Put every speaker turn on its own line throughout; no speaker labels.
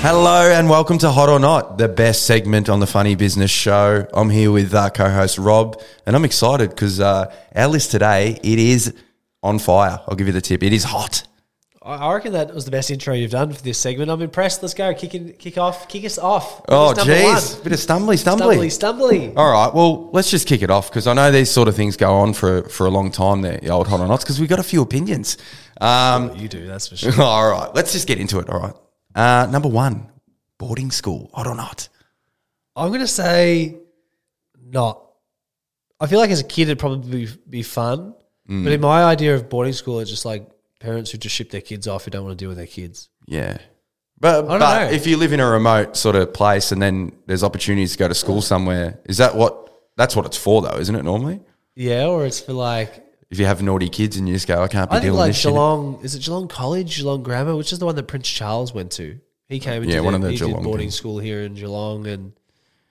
Hello and welcome to Hot or Not, the best segment on the Funny Business Show. I'm here with uh, co-host Rob, and I'm excited because uh, our list today it is on fire. I'll give you the tip: it is hot.
I I reckon that was the best intro you've done for this segment. I'm impressed. Let's go. Kick, in, kick off. Kick us off. Give
Oh,
us number
jeez,
one.
bit of stumbly, stumbly.
Stumbly, stumbly.
All right, well, let's just kick it off because I know these sort of things go on for for a long time there, the old Hot or Nots, because we've got a few opinions. Um,
You do, that's for sure.
all right, let's just get into it. All right, uh, number one, boarding school, Hot or Not.
I'm going to say not. I feel like as a kid, it'd probably be, be fun.
Hmm.
But in my idea of boarding school, it's just like parents who just ship their kids off who don't want to deal with their kids.
Yeah. But,
don't
but
know.
if you live in a remote sort of place and then there's opportunities to go to school somewhere, is that what that's what it's for though, isn't it normally?
Yeah, or it's for like,
If you have naughty kids and you just go, I can't be
I think
dealing with
like
this
Geelong, is it Geelong College, Geelong Grammar, which is the one that Prince Charles went to? He came and
Yeah,
did
one
it-
of the
he did
Geelong
boarding
things.
school here in Geelong and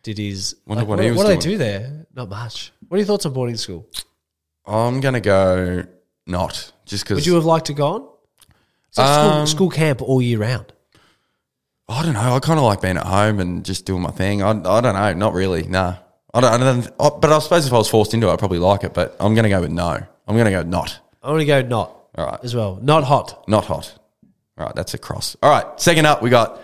did his.
Wonder
like,
what he was
do they
doing.
do there? Not much. What are your thoughts on boarding school?
shit. I'm gonna go not just
Would
because
you have liked to gone? It's like
Um,
school, school camp all year round.
I don't know. I kind of like being at home and just doing my thing. I, I don't know. Not really. Nah. I don't. I don't I, but I suppose if I was forced into it, I'd probably like it. But I'm gonna go with no. I'm gonna go not.
I'm going to go not.
All right.
as well. Not hot.
Not hot. All right. That's a cross. All right. Second up, we got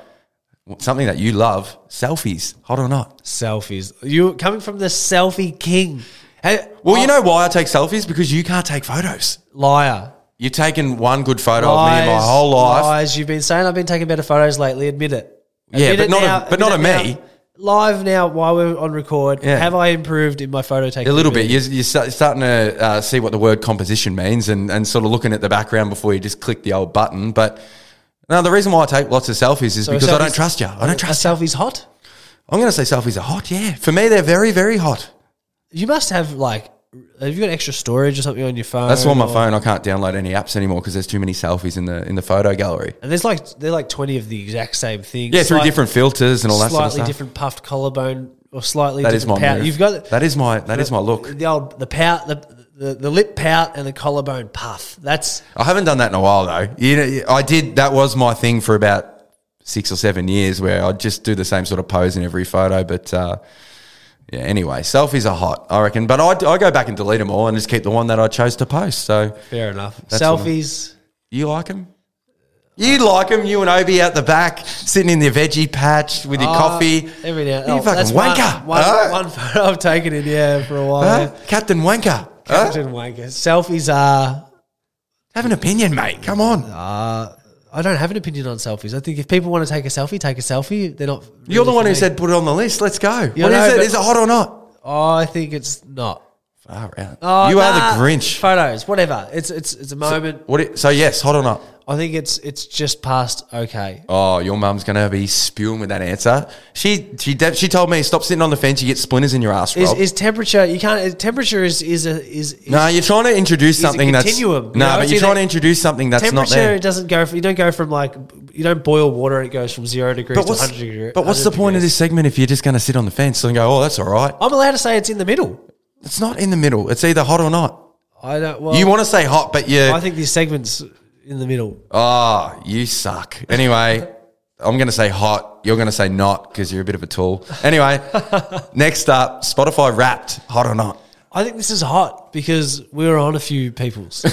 something that you love: selfies. Hot or not?
Selfies. You coming from the selfie king. Hey, oh,
Well, you know why I take selfies because you can't take photos.
liar.
You've taken one good photo of
Lies,
me my whole life.
Lies. You've been saying I've been taking better photos lately. Admit it.
Yeah,
Admit
but
it
not of- but
admit
not of
it
me.
now. Live now while we're on record.
Yeah.
Have I improved in my photo taking?
A little bit. You're, you're sta- starting to uh, see what the word composition means and, and sort of looking at the background before you just click the old button. But no, the reason why I take lots of selfies is
So a
because I don't
selfie's-
trust you. I don't trust.
A selfie's hot.
I'm going to say selfies are hot. Yeah, for me, they're very, very hot.
You must have like. Have you got extra storage or something on your phone?
That's why on my
or-
phone I can't download any apps anymore because there's too many selfies in the in the photo gallery.
And there's like they're like twenty of the exact same thing.
Yeah, through
Slight-
different filters and all that
slightly
sort of stuff.
different puffed collarbone or slightly
That is
different
my
pout.
move.
You've got
that is my that is my look.
the old the pout the, the the lip pout and the collarbone puff. That's
I haven't done that in a while though. You know, I did. That was my thing for about six or seven years, where I'd just do the same sort of pose in every photo. But uh, yeah, anyway, selfies are hot, I reckon. But I, I go back and delete them all and just keep the one that I chose to post. So
fair enough.
all.
Selfies.
you like them? You like them? You and Obi out the back, sitting in the veggie patch with your
Uh,
coffee.
every now.
You
oh,
fucking
that's
wanker.
One, one,
Huh?
one photo I've taken in yeah for a while.
Huh?
yeah.
Captain Wanker. Huh?
Captain wanker. Selfies are.
Have an opinion, mate. Come on.
I don't have an opinion on selfies. I think if people want to take a selfie, take a selfie. They're not.
You're
really
the one
for
who
me.
said put it on the list. Let's go. What is
Yeah, no,
it?
but-
Is it hot or not?
Oh, I think it's not.
Far out.
Oh,
you are
nah.
the Grinch.
Photos, whatever. It's it's it's a moment.
What? It, so yes, hot or not?
I think it's it's just past okay.
Oh, your mum's gonna be spewing with that answer. She she de- she told me stop sitting on the fence. You get splinters in your ass,
Is,
Rob.
is temperature? You can't. is- Temperature is is a is. is
no, you're trying to introduce
a
something that's
continuum, you
No,
know?
but
It's
you're trying
either-
to introduce something that's not
temperature
there.
it doesn't go. From, you don't go from like you don't boil water. and It goes from zero degrees
But
to
what's,
hundred degrees.
but what's the point of this segment if you're just gonna sit on the fence and go, oh, that's all right?
I'm allowed to say it's in the middle.
It's not in the middle. It's either hot or not.
I don't. Well,
You want to say hot, but you
Oh. I think this segment's in the middle.
Ah, you suck. Anyway, I'm going to say hot. You're going to say not because you're a bit of a tool. Anyway, next up, Spotify Wrapped, hot or not?
I think this is hot because we were on a few people's.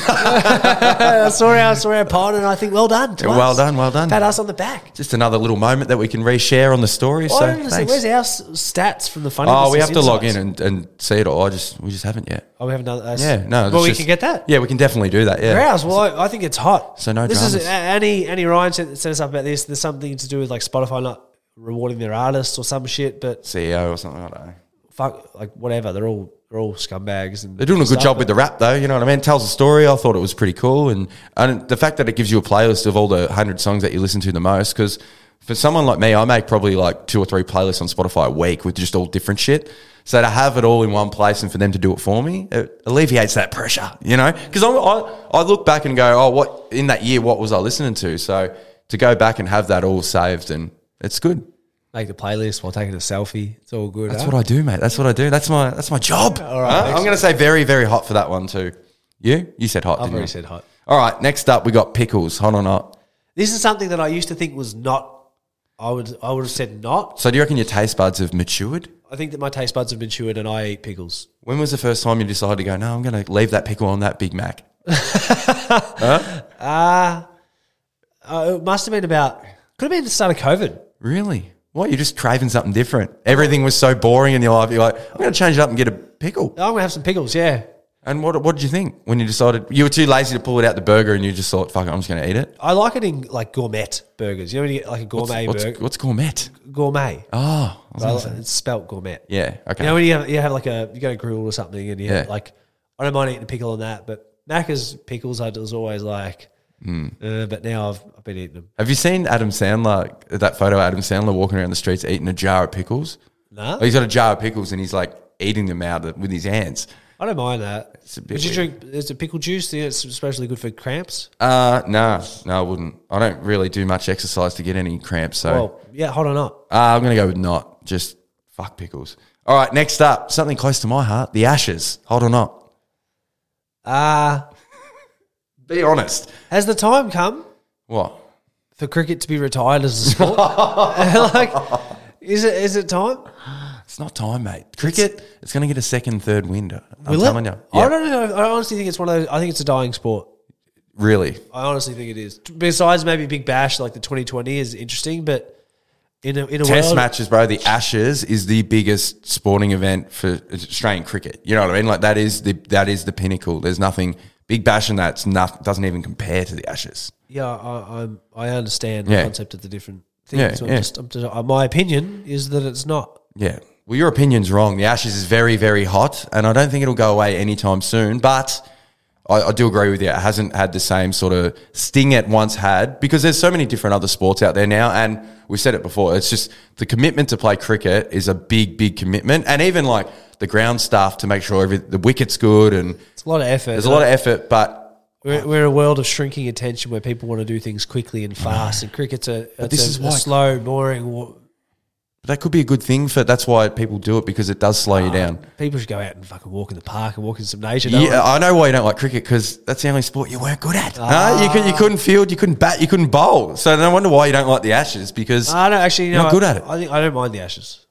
I saw our saw our pod and I think well done. to
Well
us.
done, well done.
Pat us on the back.
Just another little moment that we can reshare on the story.
Well,
so
I don't understand.
thanks.
Where's our s- stats from the funny?
Oh, we have
Business
to log in and,
Insights?
and see it all. I just we just haven't yet.
Oh, we have another. Uh, s-
Yeah, no.
Well,
it's
we
just-
can get that.
Yeah, we can definitely do that. Yeah.
Browse. Well, I, I think it's hot.
So no
This
dramas.
is uh, Annie. Annie Ryan sent, sent us up about this. There's something to do with like Spotify not rewarding their artists or some shit. But
CEO E or something. I don't know.
fuck, like whatever. They're all they're all scumbags. And
They're doing a good
stuff,
job
but
with the rap, though. You know what I mean? Tells a story. I thought it was pretty cool, and and the fact that it gives you a playlist of all the hundred songs that you listen to the most. Because for someone like me, I make probably like two or three playlists on Spotify a week with just all different shit. So to have it all in one place and for them to do it for me, it alleviates that pressure. You know, because I, I I look back and go, oh, what in that year? What was I listening to? So to go back and have that all saved and it's good.
make the playlist while taking a selfie. It's all good.
That's
huh?
what I do, mate. That's what I do. That's my that's my job. All right. I'm going to say very very hot for that one too. You you said hot.
I've
didn't
already
you?
said hot.
All right. Next up, we got pickles. uh, Hot or not?
This is something that I used to think was not I would I would have said not.
So do you reckon your taste buds have matured?
I think that my taste buds have been chewed and I eat pickles.
When was the first time you decided to go, no, I'm going to leave that pickle on that Big Mac?
Ah, uh, it must have been about could have been the start of COVID.
Really? What? You're just craving something different. Everything was so boring in your life. You're like, I'm going to change it up and get a pickle.
Oh, I'm gonna have some pickles. Yeah,
And what, what did you think when you decided you were too lazy to pull it out the burger and you just thought, fuck it, I'm just going to eat it?
I like it in like gourmet burgers. You know when you get like a gourmet
What's,
burger,
what's gourmet?
gourmet.
Oh, I was
I
gonna
like-
say-
it's spelt gourmet.
yeah. Okay.
You know when you have, you have like a you go to grill or something and you have
Yeah.
like I don't mind eating a pickle on that, but Macca's pickles I was always like,
Hmm.
uh, but now I've I've been eating them.
Have you seen Adam Sandler, that photo of Adam Sandler walking around the streets eating a jar of pickles?
Nah,
Like, he's got a jar of pickles and he's like eating them out of- with his hands.
I don't mind that.
a bit
Would you
weird.
drink? Is it pickle juice? Think it's especially good for cramps.
Uh, no, no, I wouldn't. I don't really do much exercise to get any cramps. So
Well, yeah, hold on up.
uh, I'm going to go with not. Just fuck pickles. All right, next up, something close to my heart the ashes. Hold on up.
Ah,
Be honest.
has the time come
What?
for cricket to be retired as a sport? like, is it is it time?
It's not time, mate. Cricket, it's, going to get a second, third window. I'm
Will it?
telling you. Yeah,
I don't know. I honestly think it's one of those. I think it's a dying sport.
really.
I honestly think it is. Besides maybe Big Bash, like the 2020 is interesting, but in a, in a
Test
world,
matches, bro. The Ashes is the biggest sporting event for Australian cricket. You know what I mean? Like that is the that is the pinnacle. There's nothing big bash in that's not doesn't even compare to the Ashes.
yeah, I, I'm, I understand
Yeah.
the concept of the different things.
Yeah,
I'm
yeah.
Just, I'm just, uh, my opinion is that it's not.
Yeah. Well, your opinion's wrong. The Ashes is very, very hot, and I don't think it'll go away anytime soon. But I, I do agree with you. It hasn't had the same sort of sting it once had because there's so many different other sports out there now. And we've said it before. It's just the commitment to play cricket is a big, big commitment. And even like the ground staff to make sure every, the wicket's good and
It's a lot of effort.
there's a lot of effort, but
we're, we're a world of shrinking attention where people want to do things quickly and fast, and cricket's a, it's
this
a,
is
a
why-
slow, boring. wa-
that could be a good thing for that's why people do it because it does slow you down.
People should go out and fucking walk in the park and walk in some nature. don't
Yeah, I know why you don't like cricket because that's the only sport you weren't good at.
Ah.
Huh? You, could, you couldn't field, you couldn't bat, you couldn't bowl. So no wonder why you don't like the Ashes because.
they? I don't actually. You know,
Not good at it.
I, think I don't mind the Ashes.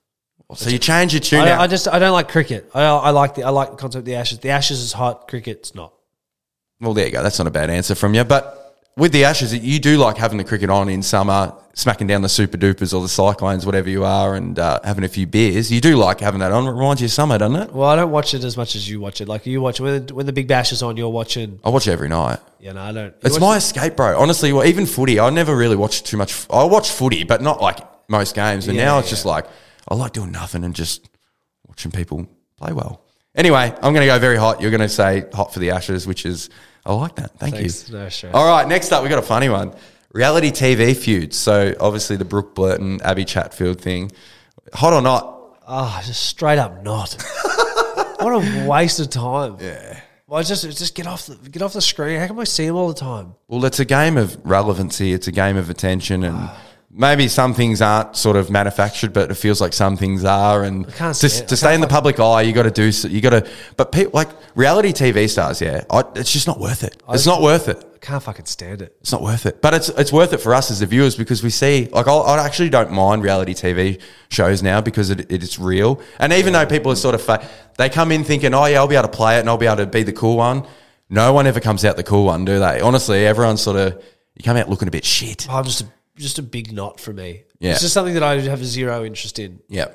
so you change your tune
I,
out.
I just I don't like cricket. I, I like the I like the concept of the Ashes. The Ashes is hot. Cricket's not.
well, there you go. That's not a bad answer from you. But with the Ashes, you do like having the cricket on in summer, smacking down the super dupers or the cyclones, whatever you are, and uh, having a few beers. You do like having that on. It reminds you of summer, doesn't it?
Well, I don't watch it as much as you watch it. Like you watch when when the Big Bash is on, you're watching.
I watch it every night.
You know, I don't. you
It's
watch
my escape, bro. Honestly, well, even footy, I never really watched too much. I watch footy, but not like most games. And
Yeah,
now it's
yeah.
just like I like doing nothing and just watching people play well. Anyway, I'm going to go very hot. You're going to say hot for the Ashes, which is I like that. Thank
Thanks.
you.
No, sure.
All right, next up, we got a funny one: reality TV feuds. So obviously the Brooke Blurton, Abby Chatfield thing, hot or not?
Ah, just straight up not. what a waste of time. Yeah. Well, just just get off the get off the screen. How come I see him all the time?
Well, it's a game of relevancy. It's a game of attention and. Maybe some things aren't sort of manufactured, but it feels like some things are. And
can't
to,
stand-
to
I
stay in the public eye, you got to do. so- You got to. But people like reality TV stars, yeah, I, it's just not worth it. It's not worth it.
I can't fucking stand it.
It's not worth it. But it's it's worth it for us as the viewers because we see. Like I'll, I actually don't mind reality TV shows now because it, it is real. And even though people are sort of fa- they come in thinking, oh yeah, I'll be able to play it and I'll be able to be the cool one. No one ever comes out the cool one, do they? Honestly, everyone's sort of you come out looking a bit shit.
I'm just a, just a big knot for me.
Yeah.
It's just something that I have zero interest in.
Yeah.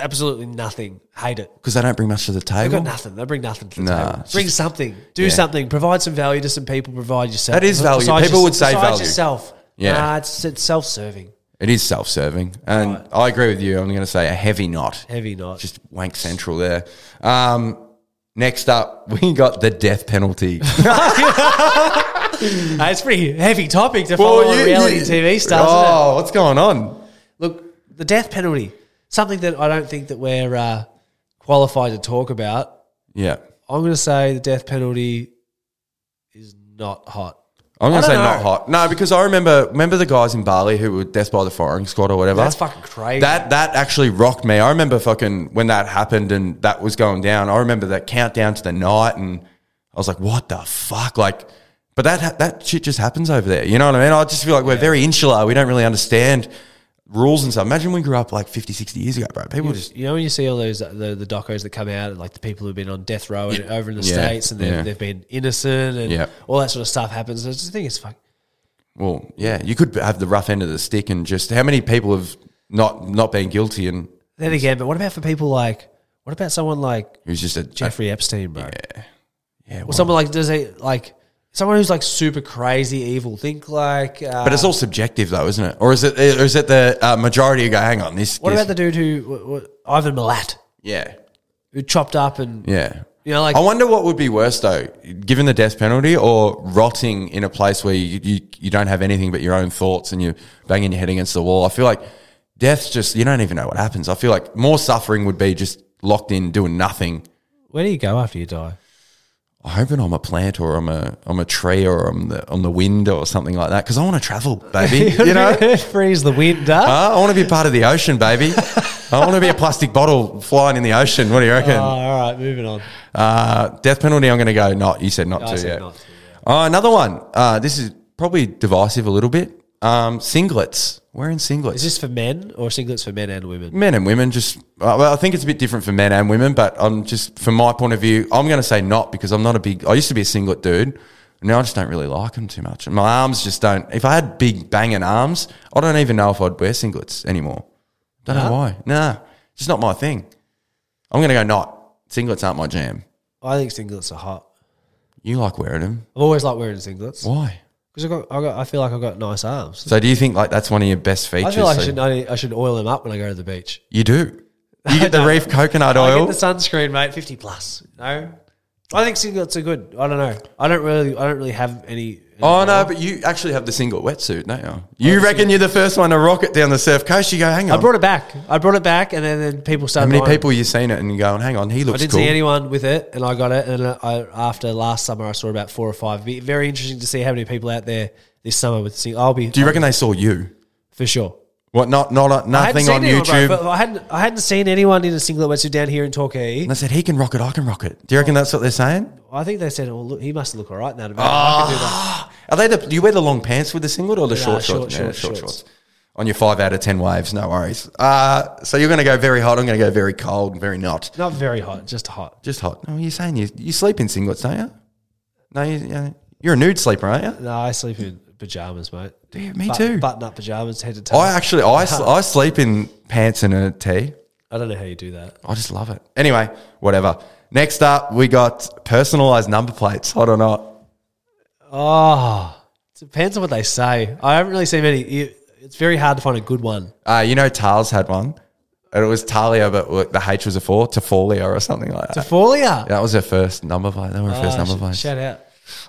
Absolutely nothing. Hate it.
because they don't bring much to the
They've got
table.
nothing. They bring nothing to the
Nah,
table.
it's
Bring
just-
something. Do
yeah.
something. Provide some value to some people. Provide yourself.
That is value.
Besides
People
your-
would say
besides
value.
yourself.
Yeah.
Nah, it's, it's self-serving.
It is self-serving, and I agree with you. I'm going to say a heavy knot,
Heavy knot.
just wank central there. Um, next up, we got the death penalty.
Uh, it's a pretty heavy topic to follow on reality TV stars. isn't it?
Oh, what's going on?
Look, the death penalty. Something that I don't think that we're uh, qualified to talk about.
Yeah,
I'm going to say the death penalty is not hot.
I'm going to
I don't
say
know.
not hot. No, because I remember remember the guys in Bali who were death by the firing squad or whatever.
That's fucking crazy.
That that actually rocked me. I remember fucking when that happened and that was going down. I remember that countdown to the night, and I was like, "What the fuck?" Like, but that ha- that shit just happens over there. You know what I mean? I just feel like we're very insular. We don't really understand rules and stuff. Imagine we grew up like 50, 60 years ago, bro. People just
You know when you see all those uh, the, the docos that come out, like the people who've been on death row and over in the
Yeah.
states, and they've,
Yeah.
they've been innocent, and
Yeah.
all that sort of stuff happens. I just think it's fuck.
Well, yeah, you could have the rough end of the stick and just how many people have not not been guilty and
Then again, but what about for people like? What about someone like
it was just a a-
Jeffrey Epstein, bro?
yeah, well,
Or someone like does a like someone who's like super crazy evil? Think like. Uh,
but it's all subjective though, isn't it? Or is it or is it the uh, majority who go, hang on, this
what
this-
about the dude who what, what, Ivan Milat
Yeah.
who chopped up and
Yeah.
you know like
I wonder what would be worse though, given the death penalty or rotting in a place where you, you, you don't have anything but your own thoughts and you're banging your head against the wall. I feel like death's just, you don't even know what happens. I feel like more suffering would be just locked in doing nothing.
where do you go after you die?
I hope that I'm a plant or I'm a, I'm a tree or I'm the, on the wind or something like that because I want to travel, baby. you know?
freeze the wind up.
Uh, I want to be part of the ocean, baby. I want to be a plastic bottle flying in the ocean. What do you reckon?
Oh, all right, moving on.
Uh, death penalty. I'm going to go. Not you said not
I
to.
said
yeah.
not to,
Uh, another one. Uh, this is probably divisive a little bit. Um, singlets. Wearing singlets.
Is this for men or singlets for men and women?
men and women just. Uh, well, I think it's a bit different for men and women, but I'm just from my point of view, I'm going to say not because I'm not a big. I used to be a singlet dude. Now I just don't really like them too much. And my arms just don't. If I had big banging arms, I don't even know if I'd wear singlets anymore. Don't know why. Nah, it's just not my thing. I'm going to go not. Singlets aren't my jam.
I think singlets are hot.
You like wearing them.
I've always liked wearing singlets
Why?
because I got, I got, I feel like I've got nice arms.
So do you think like that's one of your best features?
I feel like I
So
should, I, I should oil them up when I go to the beach.
you do. You get the reef coconut
I
oil.
get the sunscreen, mate, fifty plus. No, I think singlets are good. I don't know. I don't really, I don't really have any.
Oh no, but you actually have the single wetsuit, don't you? You reckon you're the first one to rock it down the surf coast. You go, hang on.
I brought it back. I brought it back, Um, and then, then people
How
started.
many
buying it.
people you seen it and you going, hang on, he
I
looks
didn't
cool.
see anyone with it, and I got it. And I, after last summer, I saw about four or five. Be very interesting to see how many people out there this summer with sing. I'll be
do you reckon they saw you?
for sure.
What? Not not a,
I hadn't
nothing
seen
on
anyone, bro,
YouTube.
but I hadn't I hadn't seen anyone in a singlet wetsuit down here in Torquay.
and they said he can rock it. I can rock it. Do you reckon that's what they're saying?
I think they said, "Well, look, he must look all right now." To be
Ah.
I can do that.
Are they the? Do you wear the long pants with the singlet or the short
short,
shorts?
short,
Yeah, short
shorts.
shorts. On your five out of ten waves, no worries. Uh, so you're going to go very hot. I'm going to go very cold and very not.
Not very hot, just hot.
Just hot. No, you're saying you, you sleep in singlets, don't you? No, you, you- you're a nude sleeper, aren't you?
No, I sleep in pajamas, mate.
Yeah, me
But-
too.
Button up pajamas, head to toe.
I
I,
actually, I, sl- I sleep in pants and a tee.
don't know how you do that.
I just love it. Anyway, whatever. Next up, we got personalized number plates. uh, Hot or not?
Oh, it depends on what they say. I haven't really seen many. You- It's very hard to find a good one.
Uh, you know, Tars had one. And It was Talia, but w- the H was a four, Tafolia or something like that.
Defolia.
That was her first number plate. They were her Uh, first number
Ah, sh-
plate.
shout out.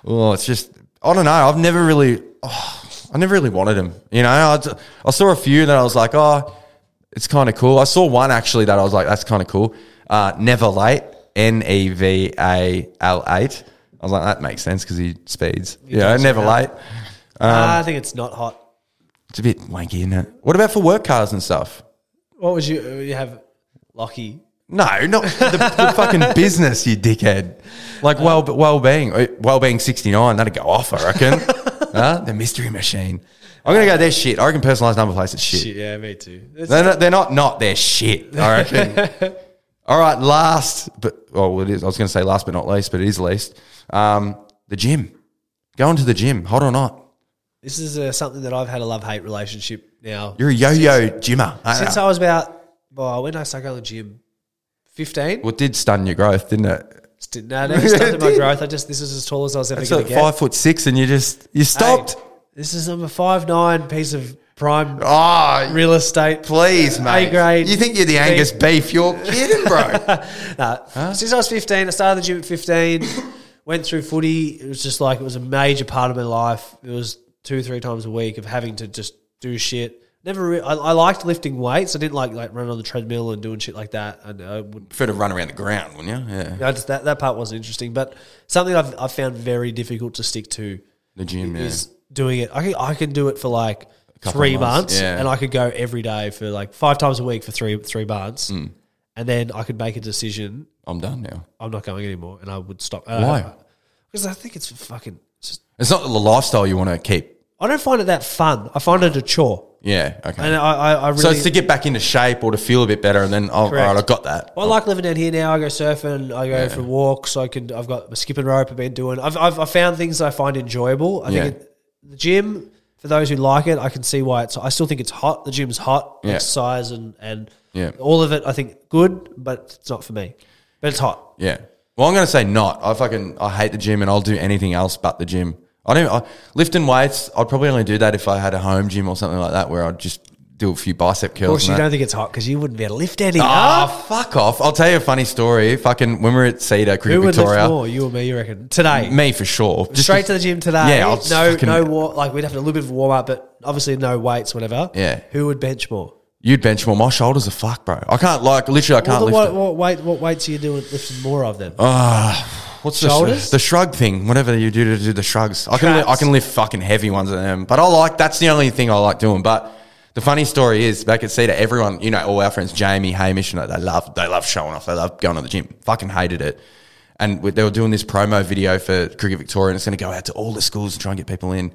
Oh, it's just I don't know. I've never really, oh, I never really wanted them. You know, I, d- I saw a few that I was like, oh, it's kind of cool. I saw one actually that I was like, that's kind of cool. Uh, Never late, N E V A L eight. I was like, that makes sense because he speeds. yeah,
does,
never
yeah.
late.
Ah, I think it's not hot.
It's a bit wanky, isn't it? What about for work cars and stuff?
What would you, you have? Lockie.
No, not the, the fucking business, you dickhead. Like well, well being, well being sixty nine. That'd go off, I reckon. huh? The mystery machine. I'm gonna go. They're shit. I reckon personalized number plates is shit.
Shit, yeah, me too. It's-
They're not. They're not. Not. They're shit. I reckon. All right. Last, but oh, well, it is. I was gonna say last, but not least, but it is least. Um, the gym. Going to the gym, hot or not.
This is uh, something that I've had a love hate relationship now.
You're a yo-yo gymmer. Ah, aren't
Since
you?
I was about, well, when did I started going to the gym, 15?
well, it did stun your growth, didn't it?
Just didn't- No, I never started my
Dude.
growth. I just, this is as tall as I was ever
So
going to get.
five foot six, and you just you stopped.
Hey, this is I'm a five nine piece of prime
Oh,
real estate.
Please, mate.
grade.
You think you're the Angus beef? You're kidding, bro.
Nah, Since I was 15, I started the gym at 15, went through footy. It was just like, it was a major part of my life. It was two, three times a week of having to just do shit. Never, re- I, I liked lifting weights. I didn't like like running on the treadmill and doing shit like that. And I would
Prefer to run around the ground, wouldn't you? Yeah.
I just, that, that part wasn't interesting, but something I've, I've found very difficult to stick to
The gym, yeah.
is doing it. I can, I can do it for like
couple
three
of months,
months,
yeah.
and I could go every day for like five times a week for three three months,
Hmm.
and then I could make a decision.
I'm done now.
I'm not going anymore, and I would stop. Uh,
Why?
Because I think it's fucking. it's just-
It's not the lifestyle you want to keep.
I don't find it that fun. I find it a chore.
Yeah. Okay.
And I, I, I really.
so it's to get back into shape or to feel a bit better, and then oh, all
Correct.
right, I got that.
I like living down here now. I go surfing. I go for walks. I can. I've got a skipping rope. I've been doing. I've. I've, i found things I find enjoyable. I
Yeah.
think it, the gym for those who like it, I can see why it's. I still think it's hot. The gym's hot.
Yeah.
Exercise and and
Yeah.
all of it. I think good, but it's not for me. But it's hot.
Yeah. Well, I'm going to say not. I fucking I hate the gym, and I'll do anything else but the gym. I don't I, lifting weights. I'd probably only do that if I had a home gym or something like that, where I'd just do a few bicep
Of
curls.
course, you
and that.
don't think it's hot because you wouldn't be able to lift any.
Ah,
Ah,
fuck off! I'll tell you a funny story. Fucking when we were at Cedar Cricket
who would lift
Victoria,
more, you or me? You reckon today?
me for sure. Just
Straight to the gym today.
Yeah, I'll just
no,
fucking-
no war. Like we'd have a little bit of warm up, but obviously no weights, whatever.
Yeah.
Who would bench more?
You'd bench more. My shoulders are fucked, bro. I can't like literally. I can't
Well,
lift.
then
it.
what, what weight? What weights are you doing lifting more of then?
Oh, What's the
Shoulders?
the shrug thing? Whatever you do to do the shrugs, I can
Traps.
I can lift fucking heavy ones at them. But I like that's the only thing I like doing. But the funny story is back at Cedar, everyone you know, all our friends, Jamie, Hamish, and that, they love they love showing off. They love going to the gym. Fucking hated it. And we- they were doing this promo video for Cricket Victoria, and it's going to go out to all the schools and try and get people in.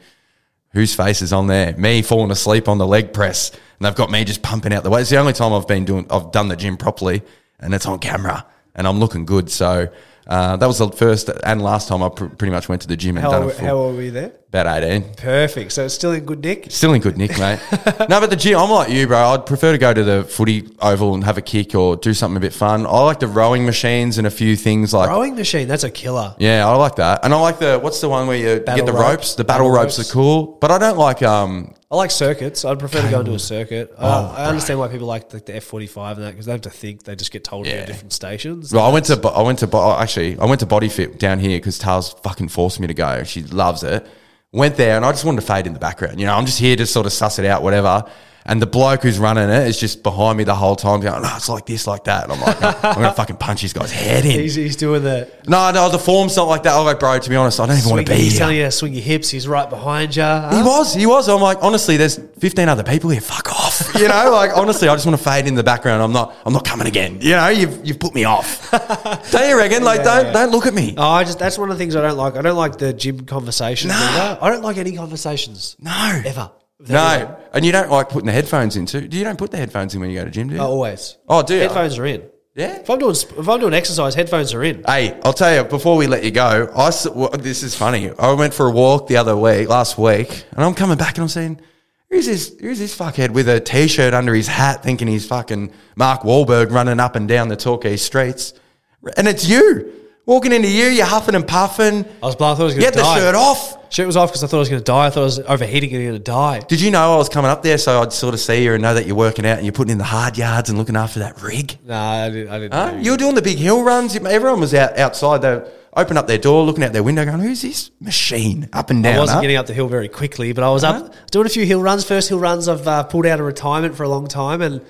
Whose face is on there? Me falling asleep on the leg press, and they've got me just pumping out the weight. It's the only time I've been doing, I've done the gym properly, and it's on camera, and I'm looking good. So uh, that was the first and last time I pr- pretty much went to the gym and
how,
done
are,
it for
how are we there?
about 18.
Perfect. So it's still in good nick.
Still in good nick, mate. no, but the gym, I'm like you, bro. I'd prefer to go to the footy oval and have a kick or do something a bit fun. I like the rowing machines and a few things like
Rowing machine. That's a killer.
yeah, I like that. And I like the what's the one where you
Battle
get the
rope.
ropes? The battle,
Battle
ropes.
ropes.
are cool, but I don't like um
I like circuits. I'd prefer to go into a circuit.
Oh,
Uh, I understand why people like the, the F forty five and that because they have to think. They just get told to go
Yeah.
to different stations.
Well, I went to bo- I went to bo- oh, actually I went to Body Fit down here because Tars fucking forced me to go. She loves it. Went there and I just wanted to fade in the background. You know, I'm just here to sort of suss it out, whatever. And the bloke who's running it is just behind me the whole time, going, "Oh, "No, it's like this, like that." And I'm like, "I'm gonna fucking punch this guy's head in."
He's, he's doing the.
No, no, the form's not like that. I'm like, bro, to be honest, I don't even want to
Swing,
be
he's
here.
telling you to swing your hips. He's right behind you.
He
Huh?
was, he was. I'm like, honestly, there's 15 other people here. Fuck off. You know, like honestly, I just want to fade in the background. I'm not, I'm not coming again. You know, you've you've put me off. don't you reckon? Like, don't don't look at me.
Oh, I just that's one of the things I don't like. I don't like the gym conversations. Either. I don't like any conversations
No,
ever. With anyone.
no. And you don't like putting the headphones in too. You don't put the headphones in when you go to gym, do you?
Oh, always.
Oh, do you?
Headphones are in.
Yeah.
If I'm doing sp- if I'm doing exercise, headphones are in.
Hey, I'll tell you before we let you go. I s- w- this is funny. I went for a walk the other week, last week, and I'm coming back and I'm seeing who's this? Who's this fuckhead with a t-shirt under his hat, thinking he's fucking Mark Wahlberg running up and down the Torquay streets, and it's you walking into you. You're huffing and puffing.
I was, I thought I was going to
Get the
die.
shirt off.
Shirt was off because I thought I was going to die. I thought I was overheating and going to die.
Did you know I was coming up there, so I'd sort of see you and know that you're working out and you're putting in the hard yards and looking after that rig.
Nah, I didn't. I didn't
Huh?
know.
You were doing the big hill runs. Everyone was out outside. They opened up their door, looking out their window, going, "Who's this machine up and down?"
I wasn't
huh?"
getting up the hill very quickly, but I was up doing a few hill runs. First hill runs I've uh, pulled out of retirement for a long time, and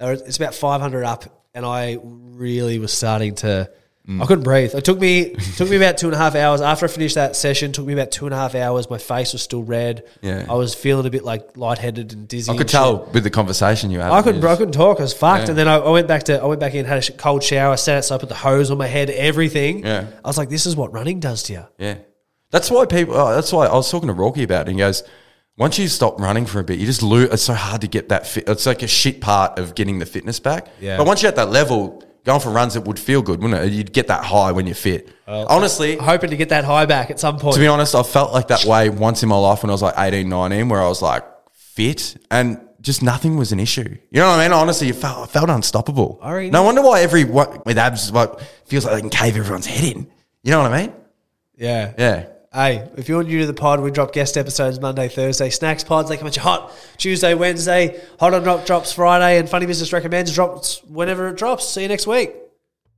there was- it's about 500 up, and I really was starting to.
Mm.
I couldn't breathe. It took me took me about two and a half hours after I finished that session. Took me about two and a half hours. My face was still red.
Yeah.
I was feeling a bit like lightheaded and dizzy.
I could
and shit.
tell with the conversation you had.
I couldn't, I couldn't talk. I was fucked. And then I, I went back to, I went back in, had a sh- cold shower, sat outside, put the hose on my head, everything.
Yeah.
I was like, this is what running does to you.
Yeah, that's why people. Oh, that's why I was talking to Rocky about it. And he goes, "Once you stop running for a bit, you just lose. It's so hard to get that. Fit, it's like a shit part of getting the fitness back.
Yeah.
But once you're at that level, going for runs, it would feel good, wouldn't it? You'd get that high when you're fit. Honestly,
Hoping to get that high back at some point.
to be honest, I felt like that way once in my life when I was like 18, 19, where I was like fit and just nothing was an issue. You know what I mean? Honestly, you felt, I felt unstoppable.
I reckon-
No wonder why every what, with abs like, feels like they can cave everyone's head in. You know what I mean?
yeah.
Yeah.
Hey, if you're new to the pod, we drop guest episodes Monday, Thursday. Snacks pods, they come at you hot. Tuesday, Wednesday. Hot on drop drops Friday. And Funny Business Recommends drops whenever it drops. See you next week.